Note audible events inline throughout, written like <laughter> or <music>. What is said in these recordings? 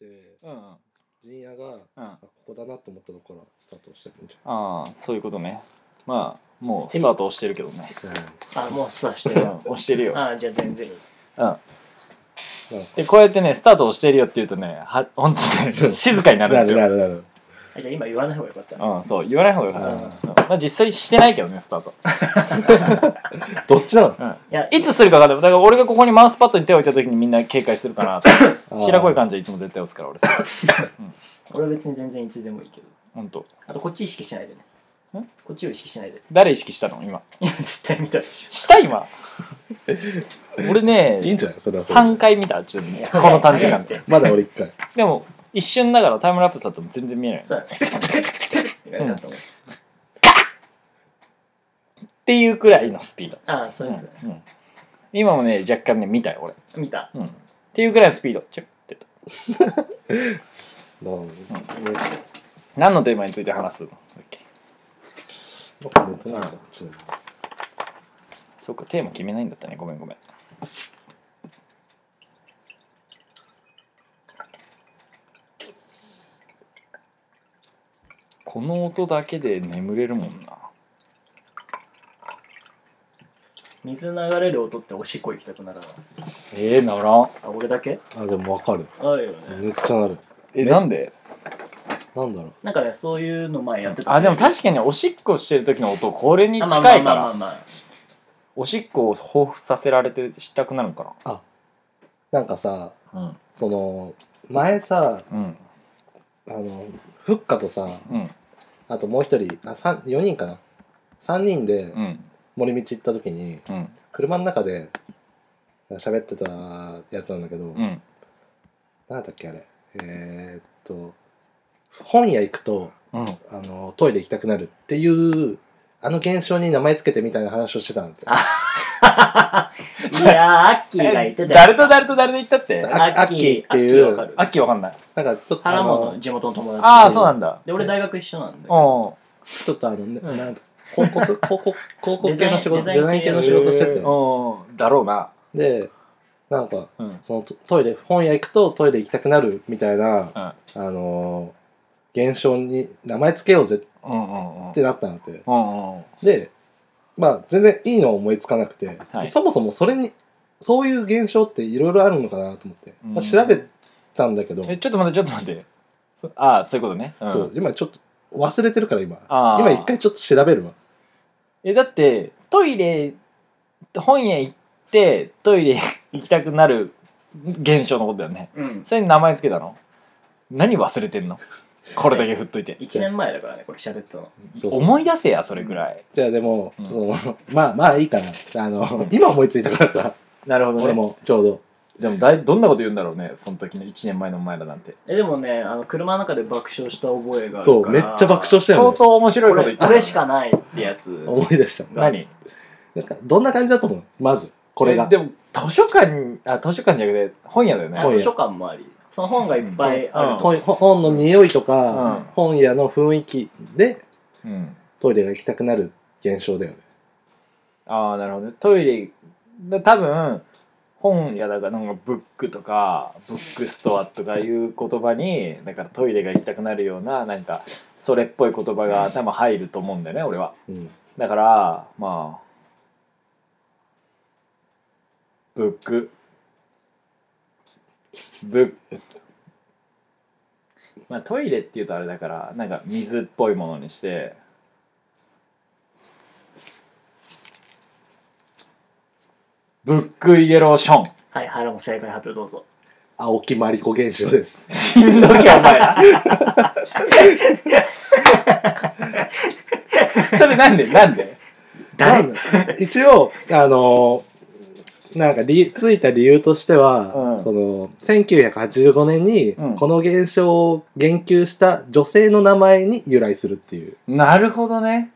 てうんうん陣屋がうんあここだなと思ったところからスタートしてるんじああそういうことねまあもうスタート押してるけどねゃない、うんあもうスタートしうてんるよ押してるよ、あじゃあ全然いいうん、なんかでこうやってねスタート押してるよって言うとねは <laughs> 本当ね静かになるんですよ、るなるあじゃあ今言わない方がよかったなうん、そう言わない方がよかうんった、うんまあ、実際してないけどねスタート、どっちなのうん、いやいつするか分かんないだから俺がここにマウスパッドに手を置いた時にみんな警戒するかなとあー白子い感じはいつも絶対押すから俺さ俺は別に全然いつでもいいけど本当あとこっち意識しないでね <laughs> んこっちを意識しないで誰意識したの今いや絶対見たでしょした今俺いいんねじゃないそれはそれで3回見たちょっとねこの短時間でまだ俺一 <laughs> 回でも一瞬だからタイムラプスだと全然見えないっそうだねって感じだと思うていうくらいのスピード、 <laughs> ああそうういんうのねうん今もね若干ね見たよ俺、見たうん、っていうくらいのスピードちょってなるほどね何のテーマについて話すのだっけなんかねとにかくこっちだなそうかテーマ決めないんだったねごめんごめんこの音だけで眠れるもんな水流れる音っておしっこ行きたくならないえー、ならんあ俺だけあでもわかるあるよねめっちゃなるえなんでなんだろうなんかねそういうの前やってたあでも確かかにおしっこしてる時の音これにに近いかまあまらあまあまあまあおしっこを彷彿させられてしたくなるのかなんかさなその前さうんうんあのフッカとさうんあともう一人あ三4人かな3人でうん森道行った時にうん車の中で喋ってたやつなんだけど、なうん、ん何だっけあれえー、っと本屋行くとうんあのトイレ行きたくなるっていうあの現象に名前つけてみたいな話をしてたんだってあ <laughs> いやー、アッキーが言ってた誰と誰と誰で行ったってあアアッキッキーーっていうアッキーわかる秋わかんないなんかちょっとあ原本のの地元の友達。ああそうなんだで、俺大学一緒なんうで。んちょっとあの、ねうんなんか広告広告広告系の仕事デザインデザイン系の仕事してて、うんだろうな、でなんかうん、そのトトイレ本屋行くとトイレ行きたくなるみたいな、んあのー現象に名前つけようぜっうんうんうんてなったんだってうんうんでまあ全然いいのは思いつかなくて、はいそもそもそれにそういう現象っていろいろあるのかなと思って、まあ、調べたんだけど、えちょっと待ってちょっと待ってそああそういうことね、うん、そう今ちょっと忘れてるから今あー今一回ちょっと調べるわえだってトイレ本屋行ってトイレ <laughs> 行きたくなる現象のことだよねうん。それに名前つけたの何忘れてんのこれだけ振っといて1年前だからね、これ喋ったの。そうそう思い出せやそれぐらい、じゃあでも、うんそのまあまあいいかなあ <laughs> の今思いついたからさなるほ俺もちょうどでもだいどんなこと言うんだろうねその時の1年前のお前らなんてえ、でもね、あの車の中で爆笑した覚えがあるから。そうめっちゃ爆笑したよ相ね当面白いここと言れったこれしかないってやつ。思い出した何なんかどんな感じだと思うまずこれえがでも図書館にあ図書館じゃなくて本屋だよねあ本屋図書館もあり。その本がいっぱいあるうと。本本の匂いとうか、ん本屋の雰囲気でうんトイレが行きたくなる現象だよねああなるほどねトイレで多分本屋だからなんかブックとかブックストアとかいう言葉にだからトイレが行きたくなるようななんかそれっぽい言葉が多分入ると思うんだよね俺はうんだからまあブックブックまあトイレっていうとあれだからなんか水っぽいものにしてブックイエローションはい、原本正解発表どうぞ。青木まりこ現象ですしんどいお前 <laughs> それなんでなんで誰まあ一応あのなんか理ついた理由としては、うんその1985年にうんこの現象を言及した女性の名前に由来するっていうなるほどね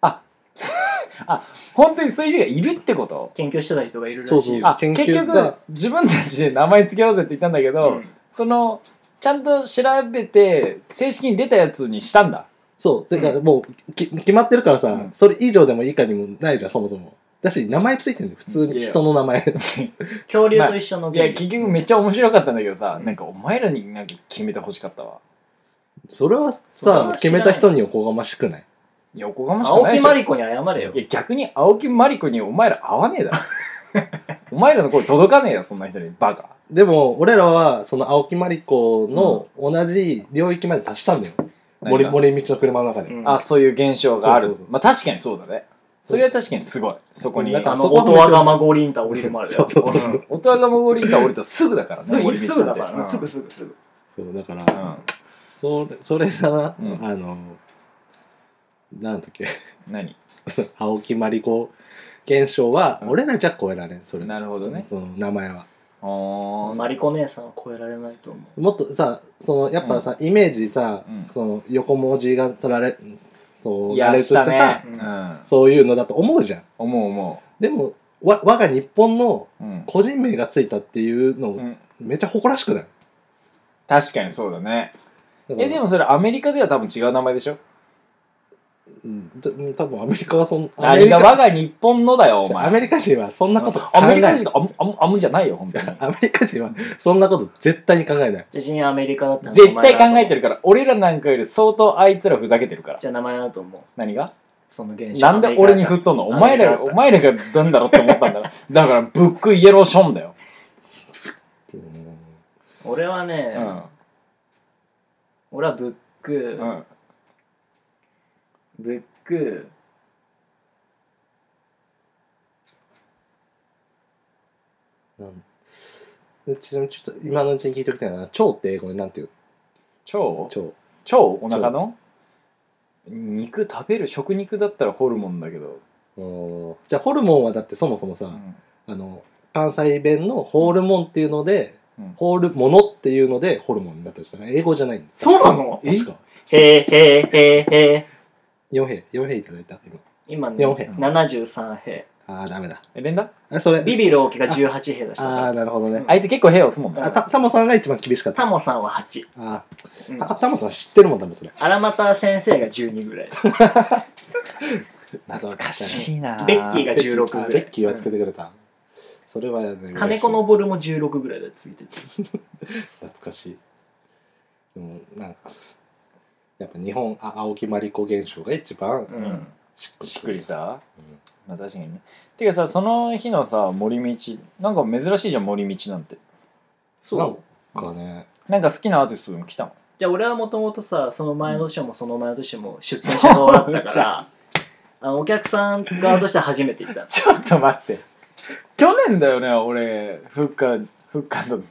あ <laughs> あ本当にそういう人がいるってこと研究してた人がいるらしい。そうそうあ研結究局が自分たちで名前つけようぜって言ったんだけど、うんそのちゃんと調べて正式に出たやつにしたんだそうてかうもうき決まってるからさ、うんそれ以上でも以下にもないじゃんそもそもだし、名前ついてんだよ。普通いにや人の名 <laughs> 前。恐竜と一緒のいや結局めっちちゃ面白かったんだけどさ、なんかお前らになんか決めてほしかったわそれはそれは知らさな、い決めた人におこがましくないいやおこがましく青ないでし木ょまりこに謝れよいや逆に青木まりこにお前ら合わねえだろお前らの声届かねえよそんな人にバカでも、俺らは、その青木まりこの同じ領域まで達したんだよ。森なんか森道の車の中で。あそういう現象があるそうそうそうまあ確かにそうだねそれは確かにすごいそこにだかあら音の音羽釜五輪タ降りるまでだよそうそうそううんがもごりんか降りたらすぐだからねすぐ森す道ぐなだんてからうねんすぐすぐすぐそう、だから、うそれそれが、うんあの、なんだっけ、 <laughs> ん何青木まりこ現象は、うん俺らじゃ超えられん、それ。なるほどねその名前は。あマリコ姉さんは超えられないと思もっとさ、そのやっぱさ、イメージさ、うんその横文字が取られ、そあうや羅ら列ししてたさ、ねううんんそういうのだと思うじゃん。思う思でも、わ我が日本のううん個人名がついたっていうの、うんめっちゃ誇らしくない確かにそうだねだからえでもそれアメリカでは多分違う名前でしょうん、た多分アメリカはそんアあメれリがカ我が日本のだよお前アメリカ人はそんなこと考えアないメリカ人があむあむあむじゃないよ本当にアメリカ人はそんなこと絶対に考えない。う別にアメリカだったら絶対考えてるるから俺らなんかより相当あいつらふざけてるからじゃあ名前だと思う何がその現象なんで俺に振っとんのお前らがお前らがなんだろうって思ったんだろ <laughs> だからブックイエローションだよ、うん俺はね、うん俺はブック、うん、ブックなんでちなみにちょっと今のうちに聞いておきたいのは、腸って英語でなんていう腸腸。腸お腹の肉食べる食肉だったらホルモンだけど、うんじゃあホルモンはだってそもそもさ、うんあの関西弁のホルモンっていうので、うんホールモノっていうのでホルモンになったじゃない英語じゃないんです。そうなの確か。へーへーへーへー4兵、4兵いただいた今。今ね4兵。 73兵ああ、ダメだ。え連打あそれ、ビビローキが18兵出したあかあ、らなるほどね。あいつ結構ヘイ押すもんねあたタモさんが一番厳しかった。タモさんは8、あうーんあ、タモさん知ってるもん、多分それ。荒俣先生が12ぐらい懐おかしいなベッキーがベッキー16ぐらいあベッキーはつけてくれた。それは、ね、嬉しい金子のぼるも16ぐらいでついてて懐かしいでもなんかやっぱ日本あ青木まりこ現象が一番うん、ししっくりし、たうんまあ確かにねていうかさその日のさ森道なんか珍しいじゃん森道なんてそうなんかねなんか好きなアーティストでも来たのじゃあ俺はもともとさその前の年もその前の年も出店者側だったそうかじゃらあのお客さん側として初めて行ったのちょっと待って。去年だよね、俺、フッカ、フッカと、フ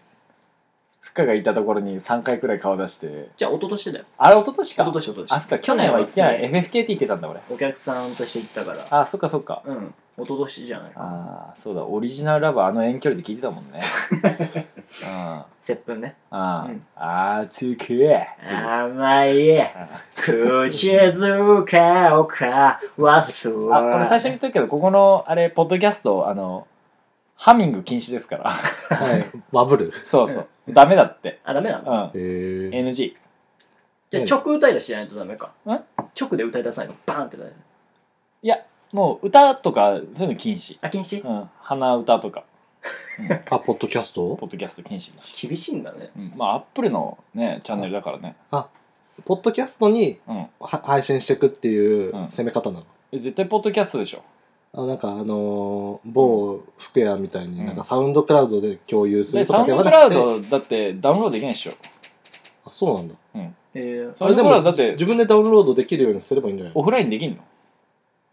ッカがいたところに3回くらい顔出して。じゃあ一昨年だよあれ、一昨年一か昨。年一昨年あ、そっか、去年は行ってない。去年 FFKT 行ってたんだ、俺。お客さんとして行ったからあ、そっかそっか。うん一昨年じゃないああ、そうだ、オリジナルラブ、あの遠距離で聞いてたもん <laughs> ね。あ接吻ねあ、あうんあ、あつくえ。甘いあ口づかをか忘れあ、これ最初に言ったけど、ここの、あれ、ポッドキャスト、あの、ハミング禁止ですから。 <laughs> はい <laughs> バブルそうそう。ダメだって。あダメなうのん。へえ NG。じゃあ直歌い出しじゃないとダメかん直で歌い出さないのバーンって出さないもう歌とかそういうの禁止。あ禁止うん、鼻歌とか、あポッドキャストポッドキャスト禁止だし。厳しいんだねうん、まあ、アップルのね、チャンネルだからね。ポッドキャストにうん。は配信していくっていううん攻め方なの、え絶対ポッドキャストでしょ。あなんかあのー某服屋みたいにうんなんかサウンドクラウドで共有すで、るとサかウンでドはクなラウくてドだってダウンロードできないでしょ。あそうなんだえーサウンドクラウドだって自分でダウンロードできるようにすればいいんじゃないオフラインできんの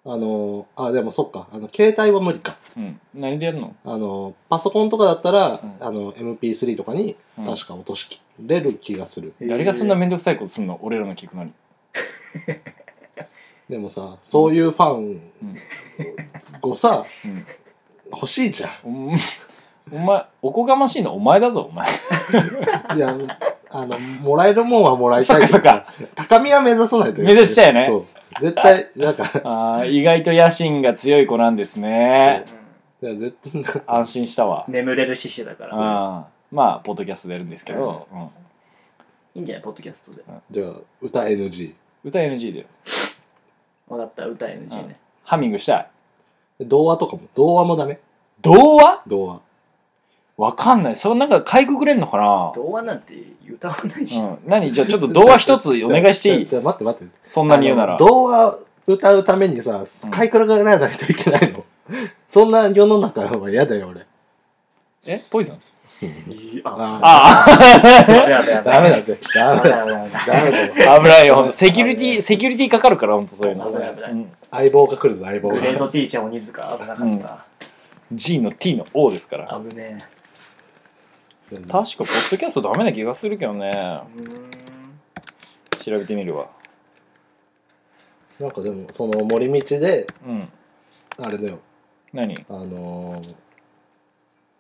あのーあでもそっかあの携帯は無理かうん。何でやるの、あのパソコンとかだったら、うんあの MP3 とかにうん確か落としきれる気がする、誰がそんなめんどくさいことすんの俺らの聞くのに。でもさそういうファンをさ、うん欲しいじゃうん。 <laughs> お前、おこがましいのお前だぞ、お前。んいやあのもらえるもんはもらいたいけどそっか高みは目指さないという目指しちゃうよねそう絶対なんかああ、意外と野心が強い子なんですね。うんいや絶対なんか安心したわ。眠れる獅子だかうらん。まあ、ポッドキャストでやるんですけど、うん、いいんじゃないポッドキャストでじゃあ歌 NG 歌 NG だよ。分かった歌 NG ねハミングしたい。童話とかも童話もダメ童話童話わかんないそのなんか書いくくれんのかな、童話なんて歌わないし、うん、何じゃあちょっと童話一つお願いして <laughs> いいじゃあ待って待ってそんなに言うなあらの童話歌うためにさ買いくらがらないといけないの、そんな世の中は嫌だよ俺えポイズンいいあああやべやべやべダメだってダメだやべやべダメだよあ危ないよほんとセキュリティセキュリティかかるからほんとそういうの、危ない危なういん、相棒が来るぞ相棒グレーがトティーチャー鬼塚危なかっ G の T の O ですからた、危ねえうん確かポッドキャストダメな気がするけどねうーん調べてみるわなんかでもその森道でうんあれだよ何あのー、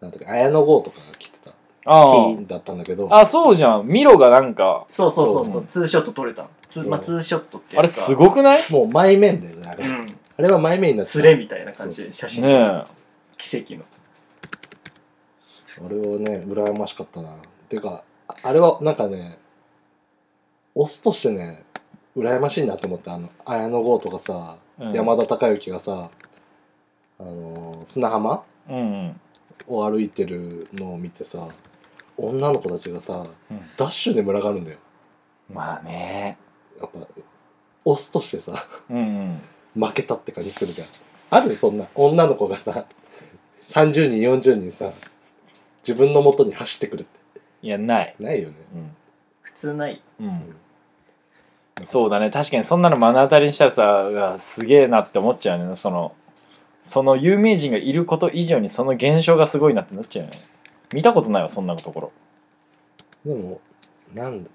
なんていうか綾野剛とかが来てたあ金だったんだけどああそうじゃんミロがなんかそうそうそうそそううツーショット撮れたのそツーうまあツーショットっていうかあれすごくないもう前面だよねあれ、うんあれは前面になってツレみたいな感じで写真、ね奇跡のあれはね羨ましかったなていうかああれはなんかねオスとしてね羨ましいなと思ってあの綾野剛とかさ、え、うん、山田孝之がさあのー砂浜うんうんを歩いてるのを見てさ女の子たちがさ、うんダッシュで群がるんだよまあねやっぱオスとしてさうんうん負けたって感じするじゃんあるそんな女の子がさ30人40人さ自分の元に走ってくるっていやないないよねうん、普通ないうん、そうだね確かにそんなの目の当たりにしたらさうわすげえなって思っちゃうよねそのその有名人がいること以上にその現象がすごいなってなっちゃうよね見たことないわそんなところでもなんだ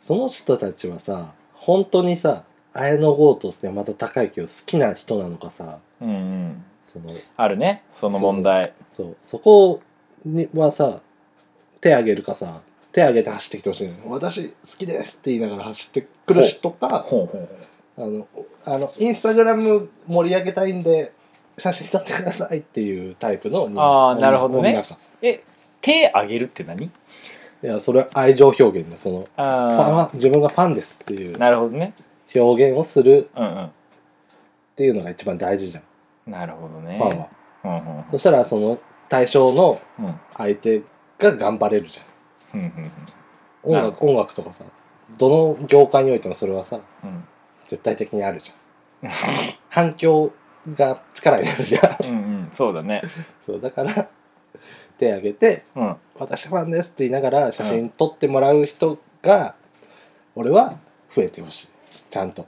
その人たちはさ本当にさ綾野剛と山田孝之を好きな人なのかさうんうんそのあるねその問題そうそこにはさ手挙げるかさ手挙げて走ってきてほしいのよ私好きですって言いながら走ってくる人かほうほうほうあのあのインスタグラム盛り上げたいんで写真撮ってくださいっていうタイプの人あーなるほどね女かえ手あげるって何いやそれは愛情表現だそのファンあは自分がファンですっていあうなるほどね表現をするうんうんっていうのが一番大事じゃん、なるほどねファンはうんうんそしたらその対象のうん相手が頑張れるじゃんうんうん音なる楽音楽とかさどの業界においてもそれはさうん絶対的にあるじゃ <laughs> ん反響が力になるじゃん <laughs> うんうんそうだねそうだから手挙げてうん「私ファンです」って言いながら写真撮ってもらう人が、俺は増えてほしいちゃんと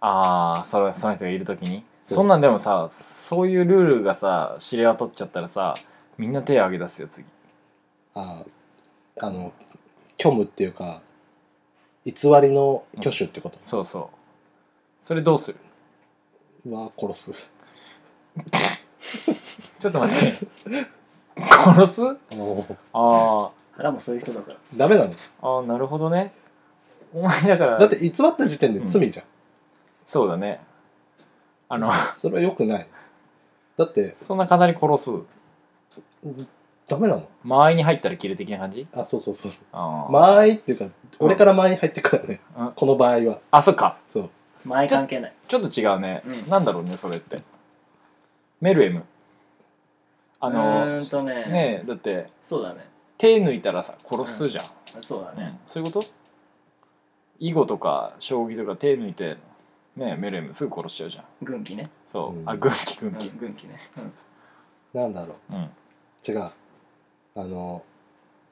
ああそれその人がいる時にそうそんなんでもさそういうルールがさ知れ渡っちゃったらさみんな手を挙げ出すよ次ああの虚無っていうか偽りの挙手ってことそうそうそれどうするは殺すちょっと待って殺すあ腹もそういう人だからダメなのあああなるほどねお前だからだって偽った時点で罪じゃん、そうだねあのそれはよくないだってそんな簡単に殺すダメなの間合いに入ったら切る的な感じあそうそうそうそうあー、間合いっていうか俺から間合いに入ってくからね、うんこの場合はあそっかそう前関係ないちょっと違うね、うんなんだろうねそれってメルエムあうのーんとねねえだってそうだね手抜いたらさ殺すじゃん、そうだね、そういうこと囲碁とか将棋とか手抜いてねえメルエムすぐ殺しちゃうじゃん軍記ね、そう、うんあ軍機軍う機ん、軍記ね、うんなんだろううん違うあの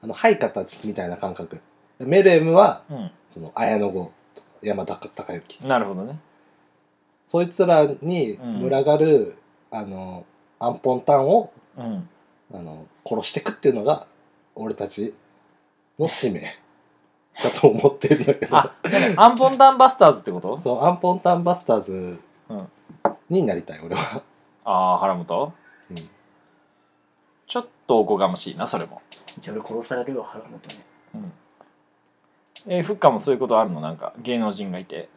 あのハイカたちみたいな感覚メルエムはうん、その綾野剛とか山田孝之なるほどねそいつらにうん群がる、あのアンポンタンをうんあの殺していくっていうのが俺たちの使命だと思ってるんだけどあアンポンタンバスターズってことそうアンポンタンバスターズうんになりたい俺は、ああ原本うんちょっとおこがましいなそれも、じゃあ俺殺されるよ腹元ねうん、えー、フッカもそういうことあるのなんか芸能人がいて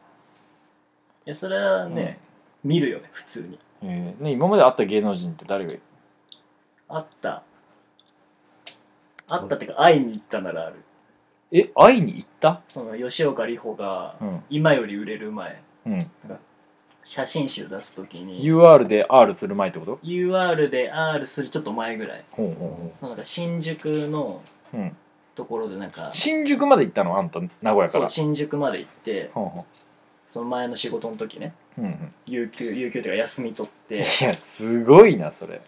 いやそれはね、見るよね普通にえーね、今まで会った芸能人って誰がいるあったあったってか会いに行ったならあるえ会いに行ったその吉岡里帆がうん今より売れる前うん写真集出すときに UR で R する前ってこと UR で R するちょっと前ぐらいほううほんそのなんか新宿のう、うん、ところでなんか新宿まで行ったのあんた名古屋かそらう新宿まで行ってほうほその前の仕事の時ねう、うんうん、有給有給というか休み取っいてやすごいなそれ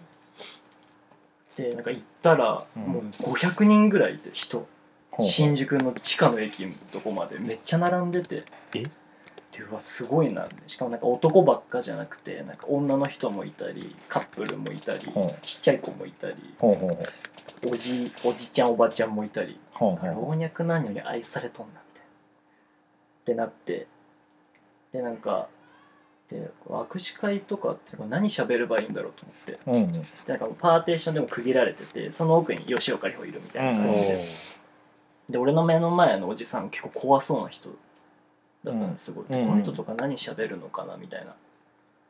でなんか行ったらうんもう500人ぐらいいて人ほうほう新宿の地下の駅のとこまでめっちゃ並んでてえでうわすごいなしかもなんか男ばっかじゃなくてなんか女の人もいたりカップルもいたりほうちっちゃい子もいたりほうほうほうおじおじちゃんおばちゃんもいたりほうほうほう老若男女に愛されとんなみたいなってなってでなんかで握手会とかって何喋ればいいんだろうと思ってうんうんでなんかパーテーションでも区切られててその奥に吉岡里帆いるみたいなうん感じで、で俺の目の前のおじさん結構怖そうな人だったんですごい、うんこの人とか何喋るのかなみたいな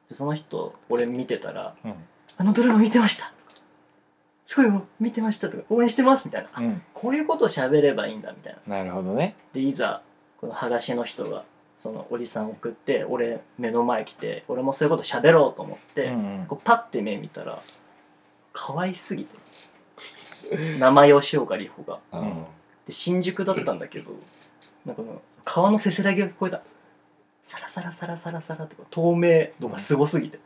でその人俺見てたらうん「あのドラマ見てました!」「すごいよ見てました」とか「応援してます」みたいな、あうんこういうことを喋ればいいんだみたいななるほどねでいざこの裸足の人がそのおじさん送って俺目の前来て俺もそういうこと喋ろうと思って、うんうんこうパッて目見たら可愛すぎて名前吉岡里帆があーで新宿だったんだけどなんかこの川のせせらぎが聞こえたサラサラサラサラサラってこう透明度がすごすぎて、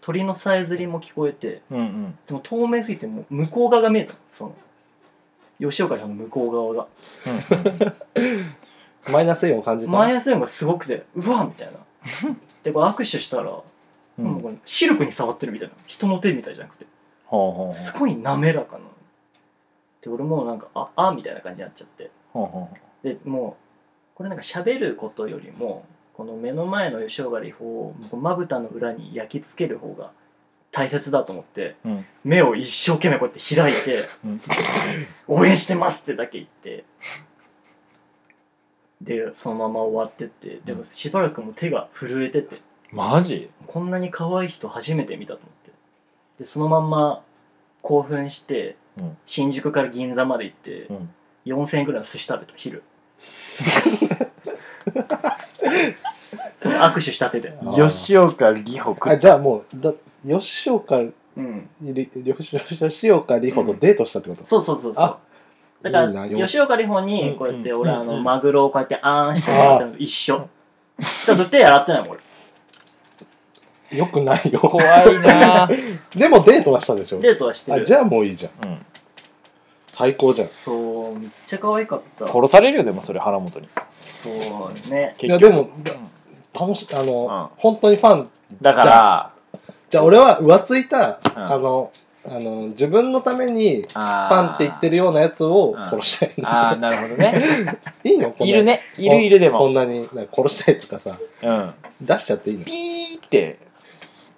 鳥のさえずりも聞こえてうんうんでも透明すぎてもう向こう側が見えたのその吉岡さんの向こう側がマイナスイオンを感じたマイナスイオンがすごくてうわみたいな <laughs> でこう握手したら、もううん <laughs> うんこのシルクに触ってるみたいな人の手みたいじゃなくてほうほうほうすごい滑らかなで俺もうなんかああみたいな感じになっちゃってほうほでもうこれなんか喋ることよりもこの目の前の吉岡里帆をこうまぶたの裏に焼き付ける方が大切だと思って、うん目を一生懸命こうやって開いてううん「応援してます!」ってだけ言ってでそのまま終わってってでもしばらくもう手が震えててマジこんなに可愛い人初めて見たと思ってでそのまんま興奮して、うん新宿から銀座まで行って、うん4000円ぐらいの寿司食べ <laughs> た昼その握手した手であー吉岡里帆食あっじゃあもうだ吉岡うんり吉吉岡里帆とデートしたってこと、そうそうそうそうあだかいらいなよ吉岡里帆うにんこうやってうん俺うんあうのんマグロをこうやってあーんしてもらったのと一緒だから手洗ってないもん俺よくないよ怖いな <laughs> ぁでもデートはしたでしょデートはしてあるじゃあもういいじゃんうん最高じゃんそうめっちゃ可愛かった殺されるよでもそれ腹元にそうねいやでも楽しあの、本当にファンだからじゃあ俺は浮ついた、うんあのあの自分のためにあファンって言ってるようなやつをうん殺したいの、ああなるほど <laughs> ね <laughs> いいのこんないるねいるいるでこもんなになんか殺したいとかさうん出しちゃっていいのピーって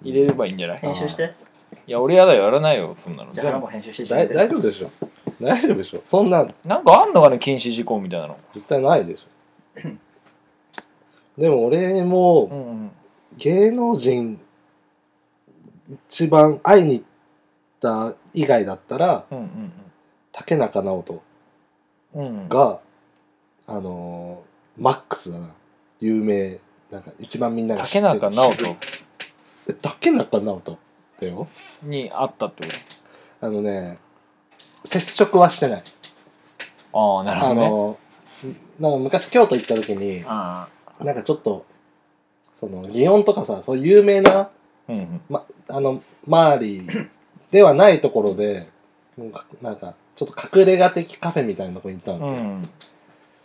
入れればいいんじゃない編集していや俺やだよやらないよそんなのじゃあ腹も編集してだい大丈夫でしょ大丈夫でしょそんなんなんかあんのかな禁止事項みたいなの絶対ないでしょでも俺もうんうん芸能人一番会いに行った以外だったらうん竹中直人うんうんうんが、あのーマックスだな有名なんか一番みんなが知竹ってる中直人え竹中直人だよに会ったってこあのね接触はしてない、とああなるほあどねのーなんか昔京都行った時にあなんかちょっとその祇園とかさそういう有名なあうんうんあの周りではないところでもうかなんかちょっと隠れ家的カフェみたいなとこに行ったうんで、ん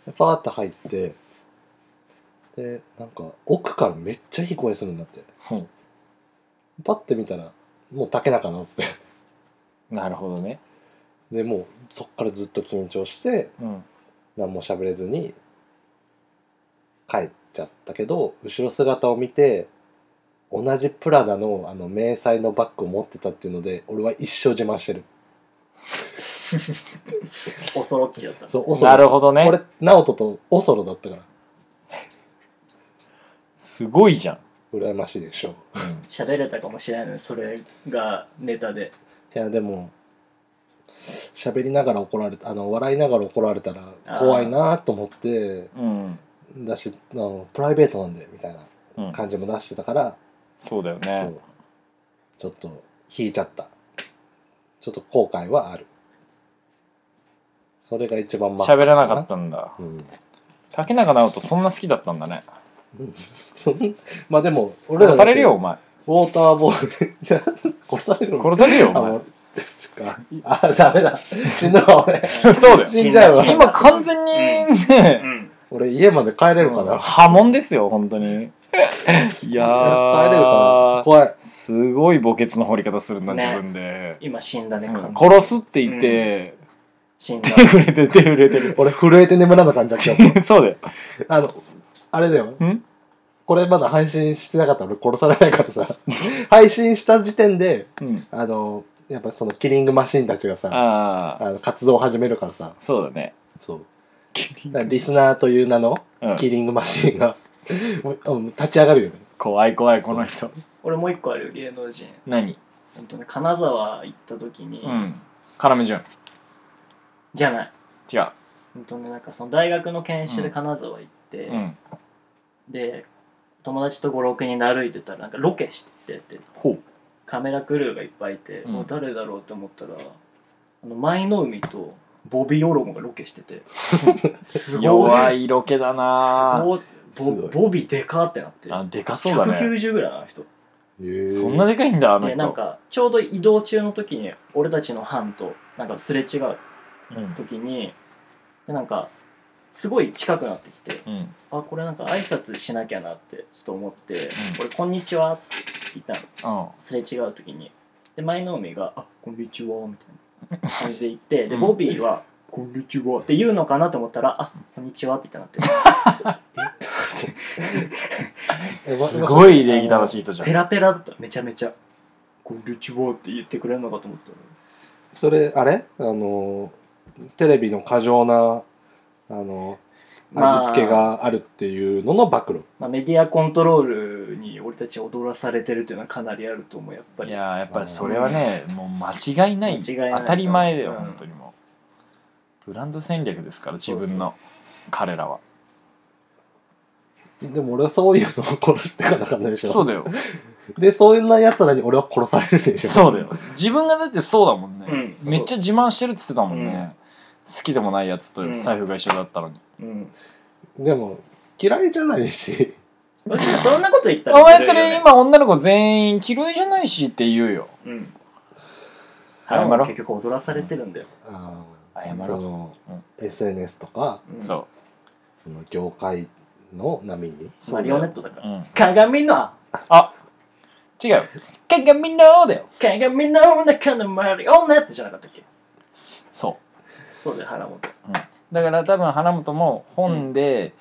でパーって入ってでなんか奥からめっちゃいい声するんだってほうパッて見たらもう竹中直ってなるほどねでもうそっからずっと緊張してうん何も喋れずに帰っちゃったけど後ろ姿を見て同じプラダのあの迷彩のバッグを持ってたっていうので俺は一生自慢してるおそろっちだったそうオソなるロほどね俺直人とオソロだったからすごいじゃん羨ましいでしょうん喋れたかもしれないのにそれがネタでいやでも喋りながら怒られたあの笑いながら怒られたら怖いなと思ってうんだしあのプライベートなんでみたいなうん感じも出してたから、そうだよそねうちょっと引いちゃったちょっと後悔はあるそれが一番マックス喋らなかったんだた、うん竹中直人そんな好きだったんだねそんまあでも俺ら殺ださってれるよお前ウォーターボール <laughs> いや殺されるの殺されるよおあ前もう確かあダメだ死ぬわ俺そうだよ死んじゃうわ死んだ今完全にうね、ん俺家まで帰れるかな、波紋ですよ本当にいやー帰れるかな怖いすごい墓穴の掘り方するんだ、ね自分で、今死んだね、う完ん全に殺すって言って、死んだ手触れて手触れてる <laughs> 俺震えて眠らな感じだけどそうだよあのあれだよんこれまだ配信してなかったら俺殺されないからさ配信した時点でうんあのやっぱそのキリングマシーンたちがさあああの活動を始めるからさそうだねそうだからリスナーという名のうんキリングマシーンが、もううん立ち上がるよね怖い怖いこの人俺もう一個あるよ芸能人何ほんとね金沢行った時に、うん要潤じゃない違うほんとねなんかその大学の研修で金沢行って、うんで友達と56人で歩いてたらなんかロケしててほうカメラクルーがいっぱいいて、うんもう誰だろうって思ったらあの舞の海とボビー・オロゴンがロケしててすご <laughs> い弱いロケだすなごいボすごいボビーでかってなってあでかそうだね190ぐらいなの人そんなでかいんだあので人なんかちょうど移動中の時に俺たちの班となんかすれ違ううん時にでなんかすごい近くなってきてうんうんあこれなんか挨拶しなきゃなってちょっと思って「俺こんにちは」って言ったのすれ違う時にで舞の海が「あこんにちは」みたいな感じで言ってでうんボビーは「こんにちは」って言うのかなと思ったら「あこんにちは」って言ってなってすごいい礼儀正しい人じゃペんラペラだっためちゃめちゃ「こんにちは」って言ってくれるのかと思ったのそれあれあのテレビの過剰なあのまあ味付けがあるっていうのの暴露、まあ、メディアコントロールに俺たちは踊らされてるというのはかなりあると思うやっぱいりやーやっぱりそれはねもう間違いない間違いない当たり前だよ、うん本当にもうブランド戦略ですから自分の彼らはでも俺はそういうのを殺していかなかったでしょそうだよでそういうなやつらに俺は殺されるでしょそうだよ自分がだってそうだもんね、うんめっちゃ自慢してるって言ってたもんね、好きでもないやつと財布が一緒だったのに、うんでも嫌いじゃないしそしたらそんなこと言ったらお前ずそるいよれね今女の子全員嫌いじゃないしって言うようん謝腹ろは結局踊らされてるんだよ、あ謝ろのうその、う SNS とかうんそその業界の波にうマリオネットだから、うん鏡のあ違うよ鏡のだよ鏡の中のマリオネットじゃなかったっけそうそうだよ原本だから多分花本も本で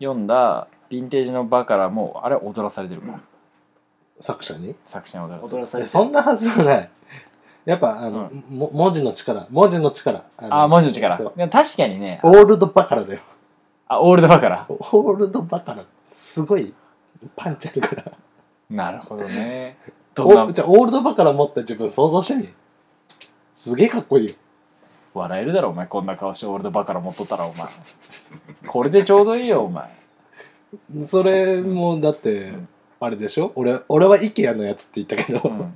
読んだヴィンテージのバカラもあれ踊らされてるから、うん作者に作者に踊らされて踊るらされえてそんなはずはない <laughs> やっぱあの、も文字の力文字の力あああ文字の力そうでも確かにねオールドバカラだよあオールドバカラオールドバカラすごいパンチあるからなるほどねどおんなじゃあオールドバカラ持った自分想像してみすげえかっこいいよ笑えるだろお前こんな顔してオールドバカラ持っとったらお前これでちょうどいいよお前それもだって、うんあれでしょ俺俺は IKEA のやつって言ったけど、う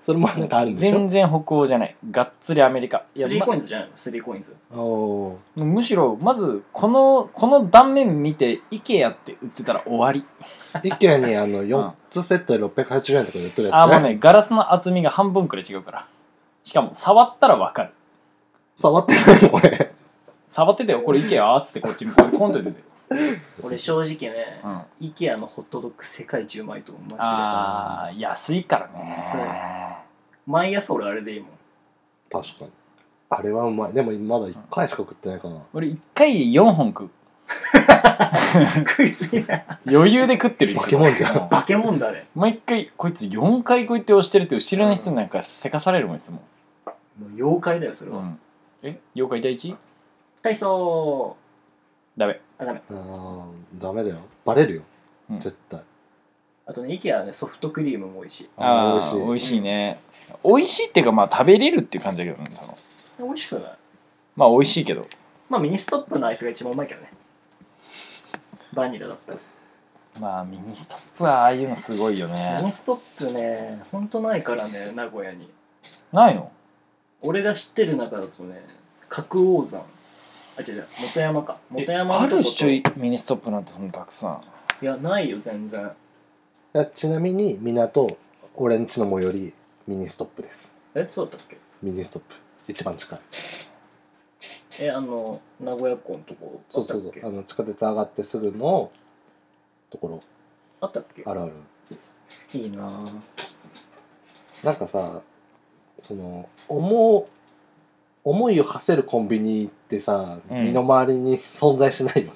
それもなんかあるんん、でしょ全然北欧じゃないがっつりアメリカいスや、リーまコインズじゃないのスリーコインズおーむしろまずこのこの断面見て IKEA って売ってたら終わり IKEA にあの4つセットで680円とかで売ってるやつ、ねあーもうねガラスの厚みが半分くらい違うからしかも触ったらわかる触ってないの俺触っててよこれ IKEA っつってこっちに飛び込んでてて、俺正直ねうん、あ IKEA のホットドッグ世界一うまいと思うマジであー安いからね毎朝俺あれでいいもん確かにあれはうまいでもまだ1回しか食ってないかな俺1回4本食う食いすぎない余裕で食ってるいつも化け物じゃんう化け物だね毎回こいつ4回こうやって押してるって後ろの人になんかせかされるもんいつも、もう妖怪だよそれうは、ん、え妖怪第一体操ダメあダメあーダメだよバレるよ、うん絶対あとね IKEA はねソフトクリームも美味しいあああー美美味味しいしいね美味しいっていうかまあ食べれるっていう感じだけどねその美味しくないまあ美味しいけどまあミニストップのアイスが一番うまいけどねバニラだったらまあミニストップはああいうのすごいよねミニストップねほんとないからね名古屋にないの俺が知ってる中だとね角王山あ違う違う元山か元山のあとこるとっしょいミニストップなんてそんなたくさんいやないよ全然いやちなみに港俺ん家の最寄りミニストップですえそうだったっけミニストップ一番近いえあの名古屋港のとこそうそうそうあったっけあの地下鉄上がってすぐのところあったっけあるあるいいなぁなんかさその思う思いを馳せるコンビニってさ、うん身の回りに存在しないよね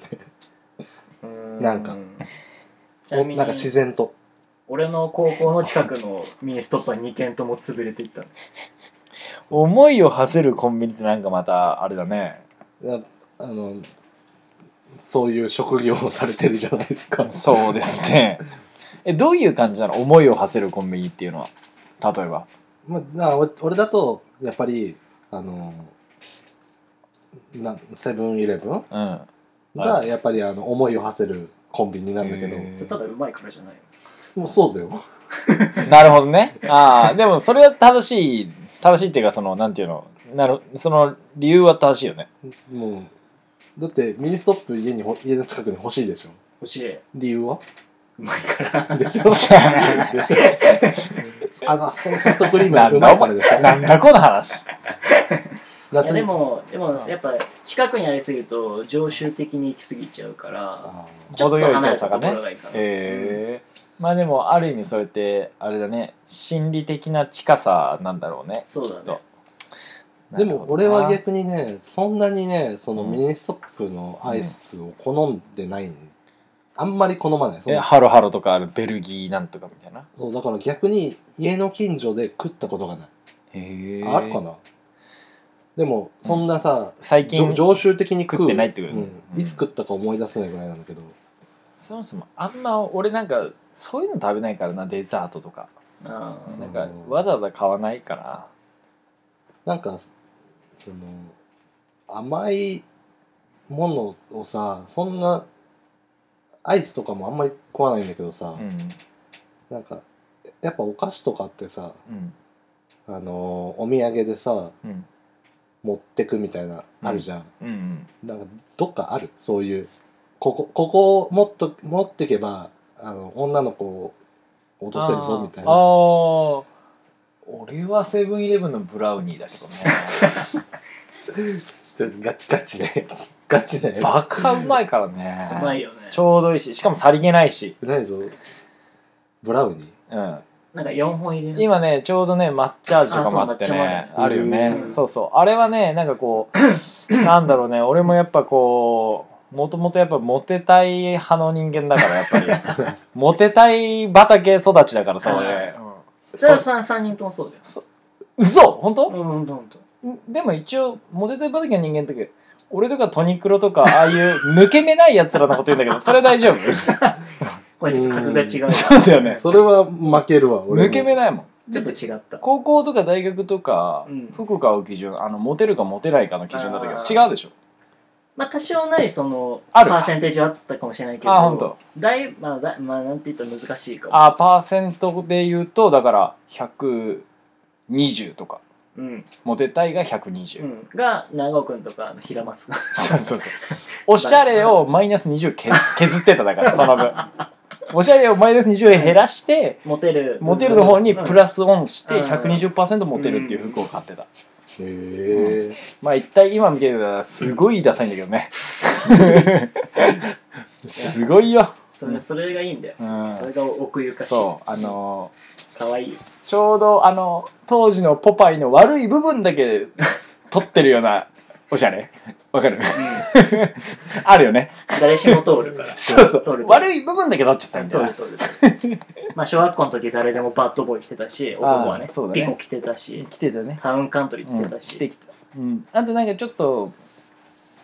うーなんか <laughs> ちなみになんか自然と俺の高校の近くのミニストップは2軒とも潰れていったの思いを馳せるコンビニってなんかまたあれだねいやあのそういう職業をされてるじゃないですかそうです <laughs> ねえどういう感じなの思いを馳せるコンビニっていうのは例えばまあ、だから俺俺だとやっぱりあのなセブンイレブンうんはがいやっぱりあの思いを馳せるコンビニなんだけど、へーそれただうまいからじゃないよもうそうだよなるほどね。ああ、でもそれは正しい、正しいっていうか、その、なんていうの、なるその理由は正しいよね。もうだってミニストップ家にほ家の近くに欲しいでしょ欲しいう理由はまいからでしょ <laughs> でしょあのあそこのソフトクリームがうまいからでしょなんだこの話。いや夏でにもでもやっぱ近くにありすぎると常習的に行き過ぎちゃうからあー <laughs> ちょっと離れたと程よい遠さがねころがいいかな、ええまあでも、ある意味それって、あれだね、心理的な近さなんだろうね。そうだねきっと。でも俺なはるほどな逆にねそんなにねそのうんミニストップのアイスを好んでない、あんまり好まないそえ、のハロハロとかあるベルギーなんとかみたいな。そうだから逆に家の近所で食ったことがない、へえ。あるかなでもそんなさ、最近常常習的に食う食ってないってことうねんうんいつ食ったか思い出せないぐらいなんだけど、そもそも、あんま俺なんか、そういうの食べないからな、デザートとか。あーなんか、わざわざ買わないかな。なんかその甘いものをさそんなアイスとかもあんまり食わないんだけどさ、うん。なんかやっぱお菓子とかってさうん。あのお土産でさうん。持ってくみたいなあるじゃん、うんうん。なんかどっかあるそういうここここをもっと持ってけばあの女の子を落とせるぞみたいあなーあー俺はセブンイレブンのブラウニーだけ <laughs> どねちょガチガチねガチねバカうまいからうまいねよねちょうどいいししかもさりげないし、何ぞブラウニーうん、なんか4本入りのやつ今ねちょうどね抹茶味とかもあってあそう抹茶もあねるあるよねうんそうそうあれはねなんかこう <coughs> なんだろうね俺もやっぱこうもともとやっぱモテたい派の人間だからやっぱ <laughs> りモテたい畑育ちだからさ俺、それは3人ともそうだよ嘘本当、うんうんどんどんでも一応モテてる時の人間とか俺とかトニクロとかああいう <laughs> 抜け目ないやつらのこと言うんだけどそれ大丈夫これちょっと格が違う <laughs> わそうだよねそれは負けるわ俺も抜け目ないもんちょっと違った高校とか大学とか、うん服買う基準あのモテるかモテないかの基準だったけどあー違うでしょまあ多少なりそのあるパーセンテージはあったかもしれないけどあ本当だいまあだまあなんて言ったら難しいかもあーパーセントで言うとだから120とかうんモテたいが120、うんが長尾君とかあの平松君そうそうそうおしゃれをマイナス20け削ってただからその <laughs> 分おしゃれをマイナス20で減らして <laughs> モテるモテるの方にプラスオンしてうん120%モテるっていう服を買ってた、へえまあ一体今見てたらすごいダサいんだけど <laughs> ねすごいよ、それそれがいいんだようんそ、れが奥ゆかしいそうあの可愛いちょうどあの当時のポパイの悪い部分だけ取ってるようなおしゃれわかるあるよね誰しも通るか <laughs> らそうそ取うる悪い部分だけ取っちゃったみたい取なる取る取るまあ小学校の時誰でもバッドボーイ着てたし男はねあーそうだねピコ着てたし来てたねタウンカントリー着来ててたたし、来てきた、うん、あとなんかちょっと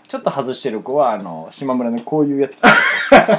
ちょっと外してる子はあの島村のこういうやつ着てた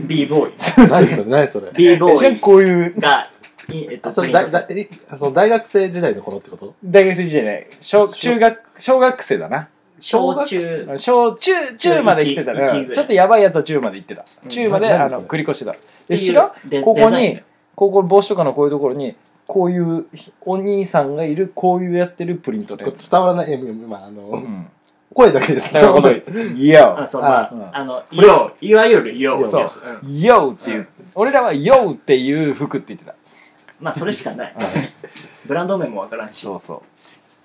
b ボーイ何それ何そ <laughs> れ b ボ私はーこういうイがいえっとあそれプリンだトさだえその大学生時代の頃ってこと大学生時代ね小中学小学生だな小小学中小中中まで行ってたね一一ぐらいちょっとやばいやつは中まで行ってたうん中までなあ何のこれ繰り越してたで知らんここに高校の帽子とかのこういうところにこういうお兄さんがいるこういうやってるプリントでこれ伝わらない、え今、あうの、ん声だけです。だからこ <laughs> の「イヤあオそうまあうんあの「よ」いわゆる「よ」ってやつうんイヤオっていう俺らは「ヨウ」っていう服って言ってたまあそれしかないうんブランド名もわからんしそうそ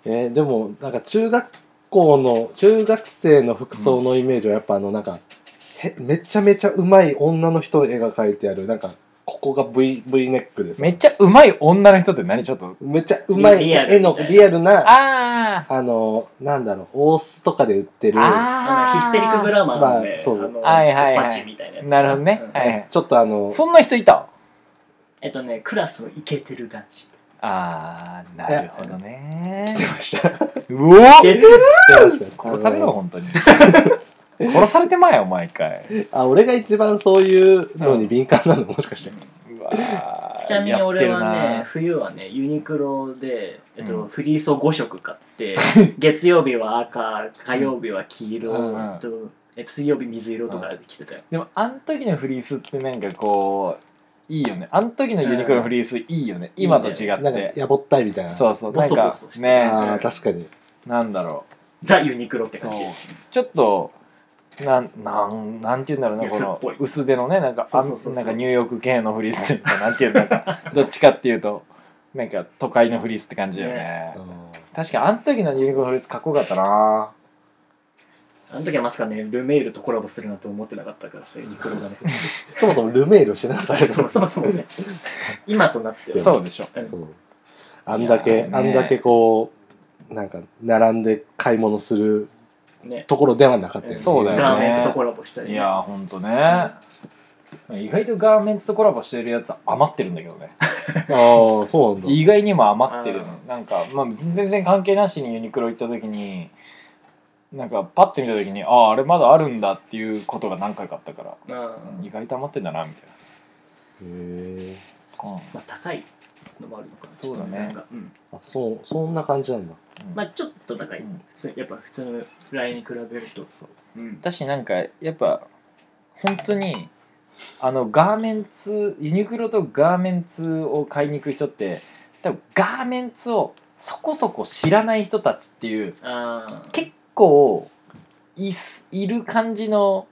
えーでもなんか中学校の中学生の服装のイメージはやっぱあのなんか、へめちゃめちゃうまい女の人の絵が描いてあるなんかここが V, v ネックでうすめっちゃうまい女の人って何ちょっとめっちゃうまいリアル絵のみたいなリアルなああーのなんだろうオースとかで売ってるああのヒステリックグラマーのまねああそうのはいはいはいパチみたいなやつなるほどねうんはいはいちょっとあのそんな人いたえっとねクラスをイケてる感じあーなるほどね出ましたうおてる出ました殺されろあの本当に <laughs> 殺されてまえよ毎回あ俺が一番そういうのに敏感なのもしかして、うわーちなみに俺はやねって冬はねユニクロで、えっとうんフリースを5色買って <laughs> 月曜日は赤火曜日は黄色、うんえっとえ水曜日水色とかで着てたよ、るなでもあん時のフリースってなんかこういいよねあん時のユニクロのフリースいいよね、うん今と違っなんかてやぼったいみたいなそうそうボなんソボかソしてねあー確かになんだろザ・ユニクロってうそ感うじちょっとなんなんなんて言うんだろうなこ安っぽのい薄手のねなんかあそうそうんそうそうなんかニューヨーク系のフリースっていうかなんて言うんだろうなどっちかっていう <laughs> となんか都会のフリースって感じだよねうん確かにあん時のユニクロのフリースかっこよかったなあの時はまさかねルメールとコラボするなんて思ってなかったからさユニク <laughs> ロがねそもそもルメールを知らなかったそもそもそもね今となってはそうでしょうんそうあんだけ、いやーねあんだけこうなんか並んで買い物するねところではなかったよねそうだよねガーメンズとコラボしたりいねやーほんとね、意外とガーメンツとコラボしてるやつ余ってるんだけどねああそうなんだ意外にも余ってるのうなんか、まあ、全然関係なしにユニクロ行った時になんかパッて見た時にあああれまだあるんだっていうことが何回かあったから、うんうん意外と余ってんだなみたいへえな、うんまあ高いのもあるのかなそうだねちょっとなんかうんあそうそんな感じなんだまあちょっと高い、うん普通やっぱ普通のフライに比べるとそううん私なんかやっぱ本当にあのガーメンツユニクロとガーメンツを買いに行く人って多分ガーメンツをそこそこ知らない人たちっていうあー結構いすいる感じの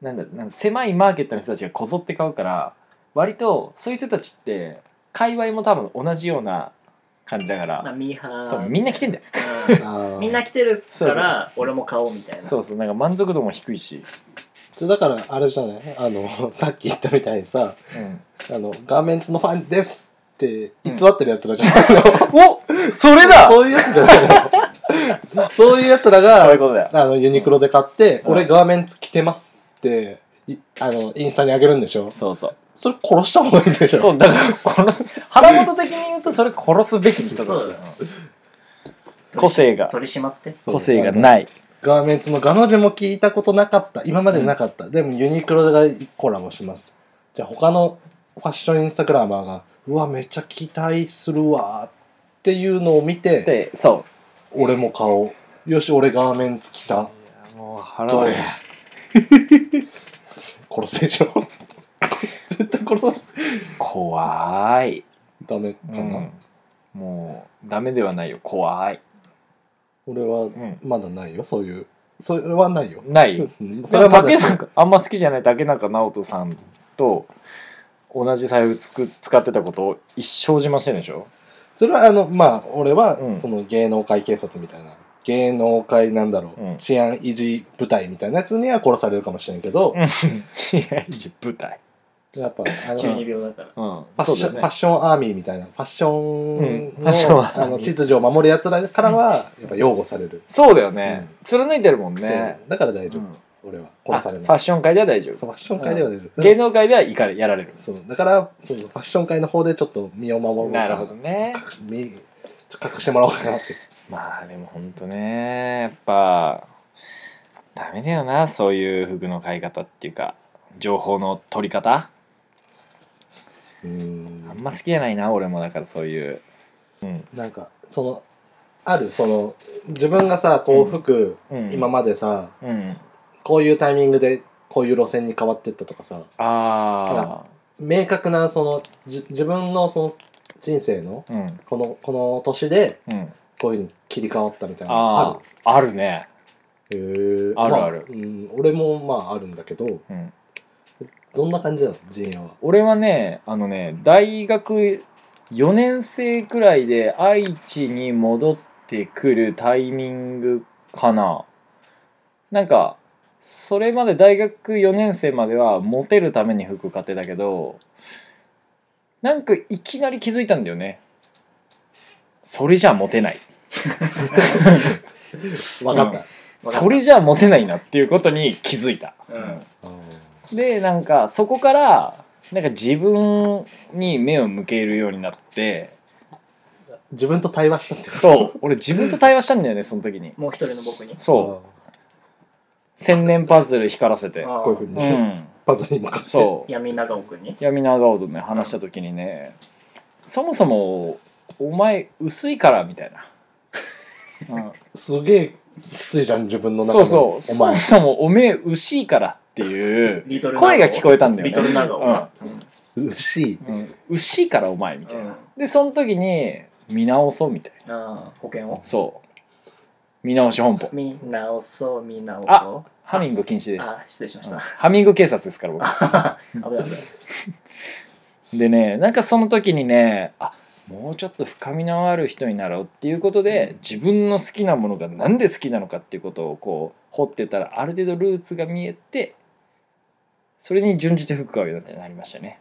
なんだろうなん狭いマーケットの人たちがこぞって買うから割とそういう人たちって界隈も多分同じような感じだかまあらミーハーそうみんな来てんだようあんあみんな来てるかそうそら俺も買おうみたいなそうそうなんか満足度も低いし、そうだからあれじゃないあの <laughs> さっき言ったみたいにさうん、 「あのガーメンツのファンです」って偽ってるやつ <laughs> らじゃないの、おそれだ <laughs> そういうやつじゃない <laughs> のそういうやつらそういがうことだよあのユニクロで買って「うん俺ガーメンツ着てます」っていあのインスタにあげるんでしょそうそうそれ殺した方がいいでしょそうだから殺す <laughs> 腹元的に言うとそれ殺すべき人だそうだよ個性が取り締まってそう個性がないガーメンツのガの字も聞いたことなかった今までなかった、でもユニクロがコラボしますじゃあ他のファッションインスタグラマーがうわめっちゃ期待するわっていうのを見てでそ俺も買おうよし俺ガーメンツ着うたいやもう腹どをれ殺せでしょ <laughs> 絶対殺さ怖いダメかな、うん、もうダメではないよ怖い、俺はうん、まだないよそういうそれはないよないうんそ <laughs> それれはまだ竹中あんま好きじゃない竹中直人さんと同じ財布つく使ってたことを一生自慢してるでしょそれはあのまあ俺はうんその芸能界警察みたいな芸能界なんだろう、うん治安維持部隊みたいなやつには殺されるかもしれんけど、 <laughs> 違う舞台やっぱあのフ中二ァ病だからうんッそうシだョン、よねファッションアーミーみたいなファッショうんンファッションアーの,、ミーあの秩序を守るやつらからはやっぱ擁護される、そうだよね、う貫いてるもんそうねだから大丈夫、うん俺はあ殺さフれァないッション界では大丈そ夫うファッション界では出る、芸能界では怒らやられるそうだからそうそうファッション界の方でちょっと身を守ろうかなるほどね隠し身ちょっと隠してもらおうかなってまあでもほんとねやっぱダメだよなそういう服の買い方っていうか情報の取り方うーんあんま好きじゃないな俺もだからそういうなんかそのあるその自分がさこう服、うん、今までさうん、こういうタイミングでこういう路線に変わってったとかさあ明確なそのじ自分のその人生のあ、うんこのこの年でうん、こういうふうに切り替わったみたいなのああああるね、るへえあるまあるうん、俺もまああるんだけどうん、どんな感じなの陣営は俺はねあのね大学4年生くらいで愛知に戻ってくるタイミングかななんかそれまで大学4年生まではモテるために服買ってたけどなんかいきなり気づいたんだよねそれじゃモテないわかった、それじゃモテないなっていうことに気づいたうんでなんかそこからなんか自分に目を向けるようになって自分と対話したってことそう俺自分と対話したんだよねその時にもう一人の僕にそう千年パズル光らせてこういうふううに、んパズルに任せてそう闇長奥に闇の青とね話した時にねそもそもお前薄いからみたいな、うんすげえきついじゃん自分の中そのうそうそおも前そもおめえ薄いからっていうリトル声が聞こえたんだよねリトル長尾が牛いうん薄いからお前みたいうんなでその時に見直そうみたいなあー保険をそう見直し本舗見直そう見直そあうハミング禁止であす失礼しましうんたハミング警察ですから僕 <laughs> 危ない危ないでねなんかその時にねあもうちょっと深みのある人になろうっていうことで自分の好きなものがなんで好きなのかっていうことをこう掘ってたらある程度ルーツが見えてそれに準じて服買うようになりましたね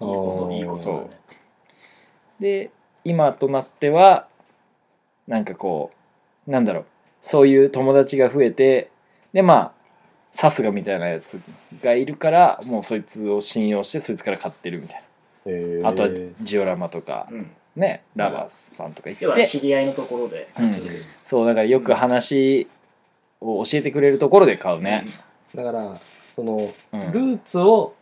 いいいこといいことだねで今となってはなんかこうなんだろうそういう友達が増えてでまあさすがみたいなやつがいるからもうそいつを信用してそいつから買ってるみたいなあとはジオラマとかうんねラバーさんとか行要っはて知り合いのところでうんそうだからよく話を教えてくれるところで買うね、だからそのうんルーツを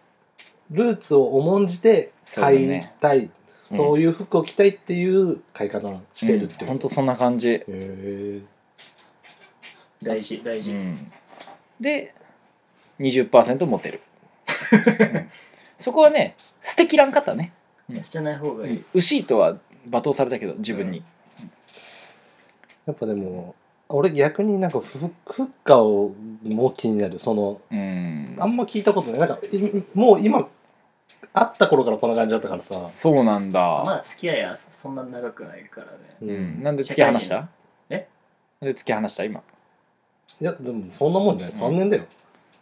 ルーツを重んじて買いたいうんそう,、いう服を着たいっていう買い方してるって本こと、当そんな感じ、へえ大事大う事ん、で20%モテる、うんそこはね捨てきらんかったねうん捨てない方がいい牛とは罵倒されたけど自分に、やっぱでも俺逆になんかふ服化をもう気になるそのうんあんま聞いたことないなんかいもう今会った頃からこんな感じだったからさ、そうなんだ、まあ付き合いはそんな長くないからねううんん、いなんで突き放し社たえなんで突き放した今あやでもそんなもんじゃない3年だよ、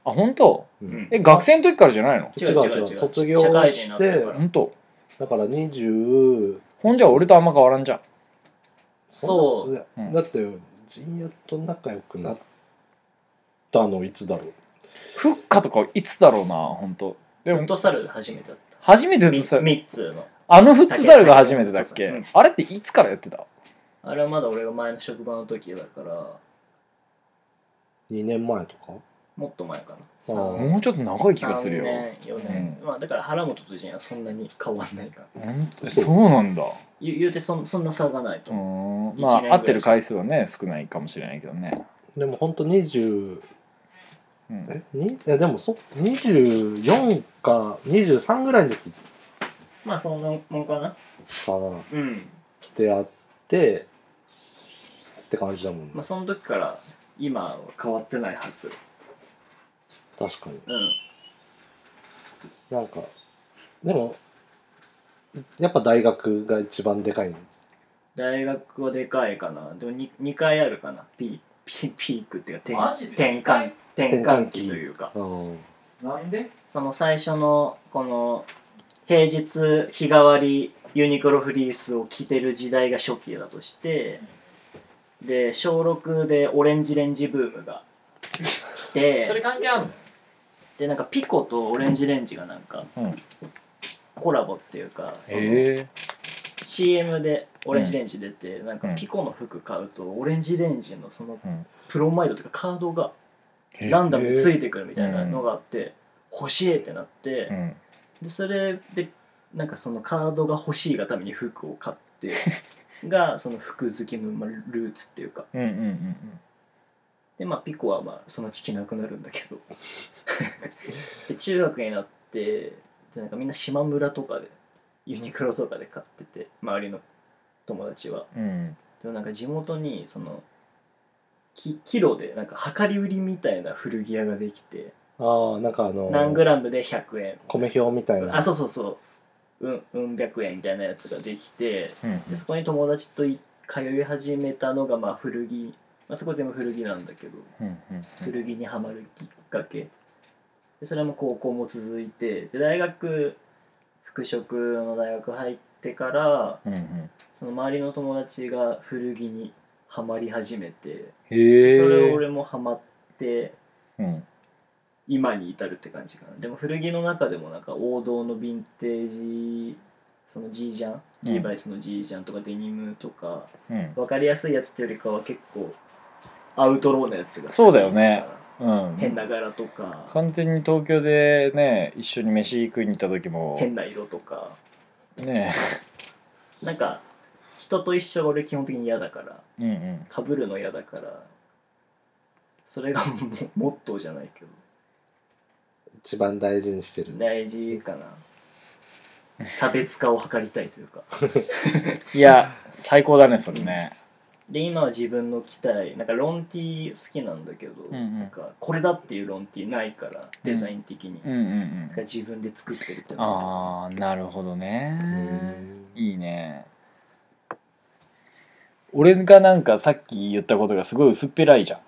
本当んえ学生の時からじゃないの違う違う卒業社会人になってしてから本当だから20ほんじゃ俺とあんま変わらんじゃんそんなことだうんだってジンヤと仲良くなったのいつだろうフッカとかいつだろうな本当でフもットサル初めてだっ初めてたフットサル3つのあのフットサルが初めてだっけ、うんあれっていつからやってたあれはまだ俺が前の職場の時だから2年前とかもっと前かなあーもうちょっと長い気がするよ3年4年、まあだから原本と人はそんなに変わんないからほんとそうなんだ言う言うてそんそんな差がないとう思ん一年ぐまらいあ合ってる回数はね少ないかもしれないけどね、でもほんと20うん、えにいやでもそ24か23ぐらいの時うまあそんなもんかなかなうん出会ってって感じだもんね、まあその時から今は変わってないはず確かにうんなんかでもやっぱ大学が一番でかいの大学はでかいかなでも 2, 2回あるかなピピピークっていうかマジで転転換転換期というかうんなんでその最初のこの平日日替わりユニクロフリースを着てる時代が初期だとしてで小6でオレンジレンジブームが来 <laughs> て関係あるのでなんかピコとオレンジレンジがなんかうんコラボっていうかそのえ CM でオレンジレンジ出てなんかピコの服買うとオレンジレンジのそのうんプロマイドというかカードがえランダムについてくるみたいなのがあって欲しいってなってう。ん、でそれでなんかそのカードが欲しいがために服を買ってがその服好きのまあルーツっていうかうんうんうんうんでまあピコはまあそのち着なくなるんだけどで中学になってでなんかみんな島村とかでユニクロとかで買ってて周りの友達はうんでもなんか地元にそのきキロでなんか量り売りみたいな古着屋ができてああなんかあの何グラムで100円米表みたいなあそうそうそううんうん百円みたいなやつができてうんでそこに友達とい通い始めたのがまあ古着、まあ、そこ全部古着なんだけどうんうん古着にはまるきっかけでそれも高校も続いてで大学服飾の大学入ってからうんうんその周りの友達が古着にはまり始めてへそえれを俺もハマってうん今に至るって感じかなでも古着の中でもなんか王道のヴィンテージその G ジャンうんリーバイスの G ジャンとかデニムとかうん分かりやすいやつっていうよりかは結構アウトローなやつが好きそうだよねうん変な柄とか完全に東京でね一緒に飯食いに行った時も変な色とかねなんか人と一緒が俺基本的に嫌だからうんうんかぶるの嫌だからそれがもうモットーじゃないけど一番大事にしてる、大事かな差別化を図りたいというかいや最高だねそれねで今は自分の着たいなんかロンティー好きなんだけど、うんうんなんかこれだっていうロンティーないからデザイン的に、うんなんうんうかん自分で作ってるっていうのああなるほどへねーいいね俺がなんかさっき言ったことがすごい薄っぺらいじゃん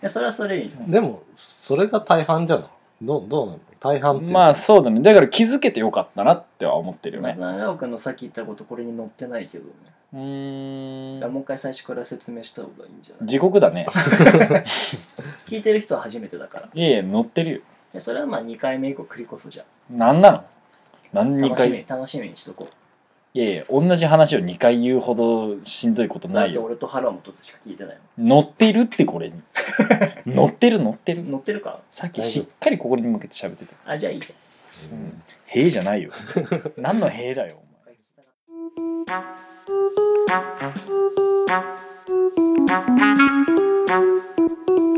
でそれはそれいいじゃんでもそれが大半じゃないどうどうなんだ大半っていうのまあそうだねだから気づけてよかったなっては思ってるよね長岡のさっき言ったことこれに載ってないけどね、うーだからんもう一回最初から説明した方がいいんじゃない地獄だね聞いてる人は初めてだからいえいえ乗ってるよでそれはまあ2回目以降繰り越すじゃんなんなの何2楽し回み楽しみにしとこういやいや同じ話を2回言うほどしんどいことだなっいてよ俺と原本しか聞いてない乗ってるってこれに乗ってる乗ってるもん載ってるかさっきしっかりここに向けて喋ってたあじゃあいいやうん「へえ」じゃないよ何の「へえ」だよ「お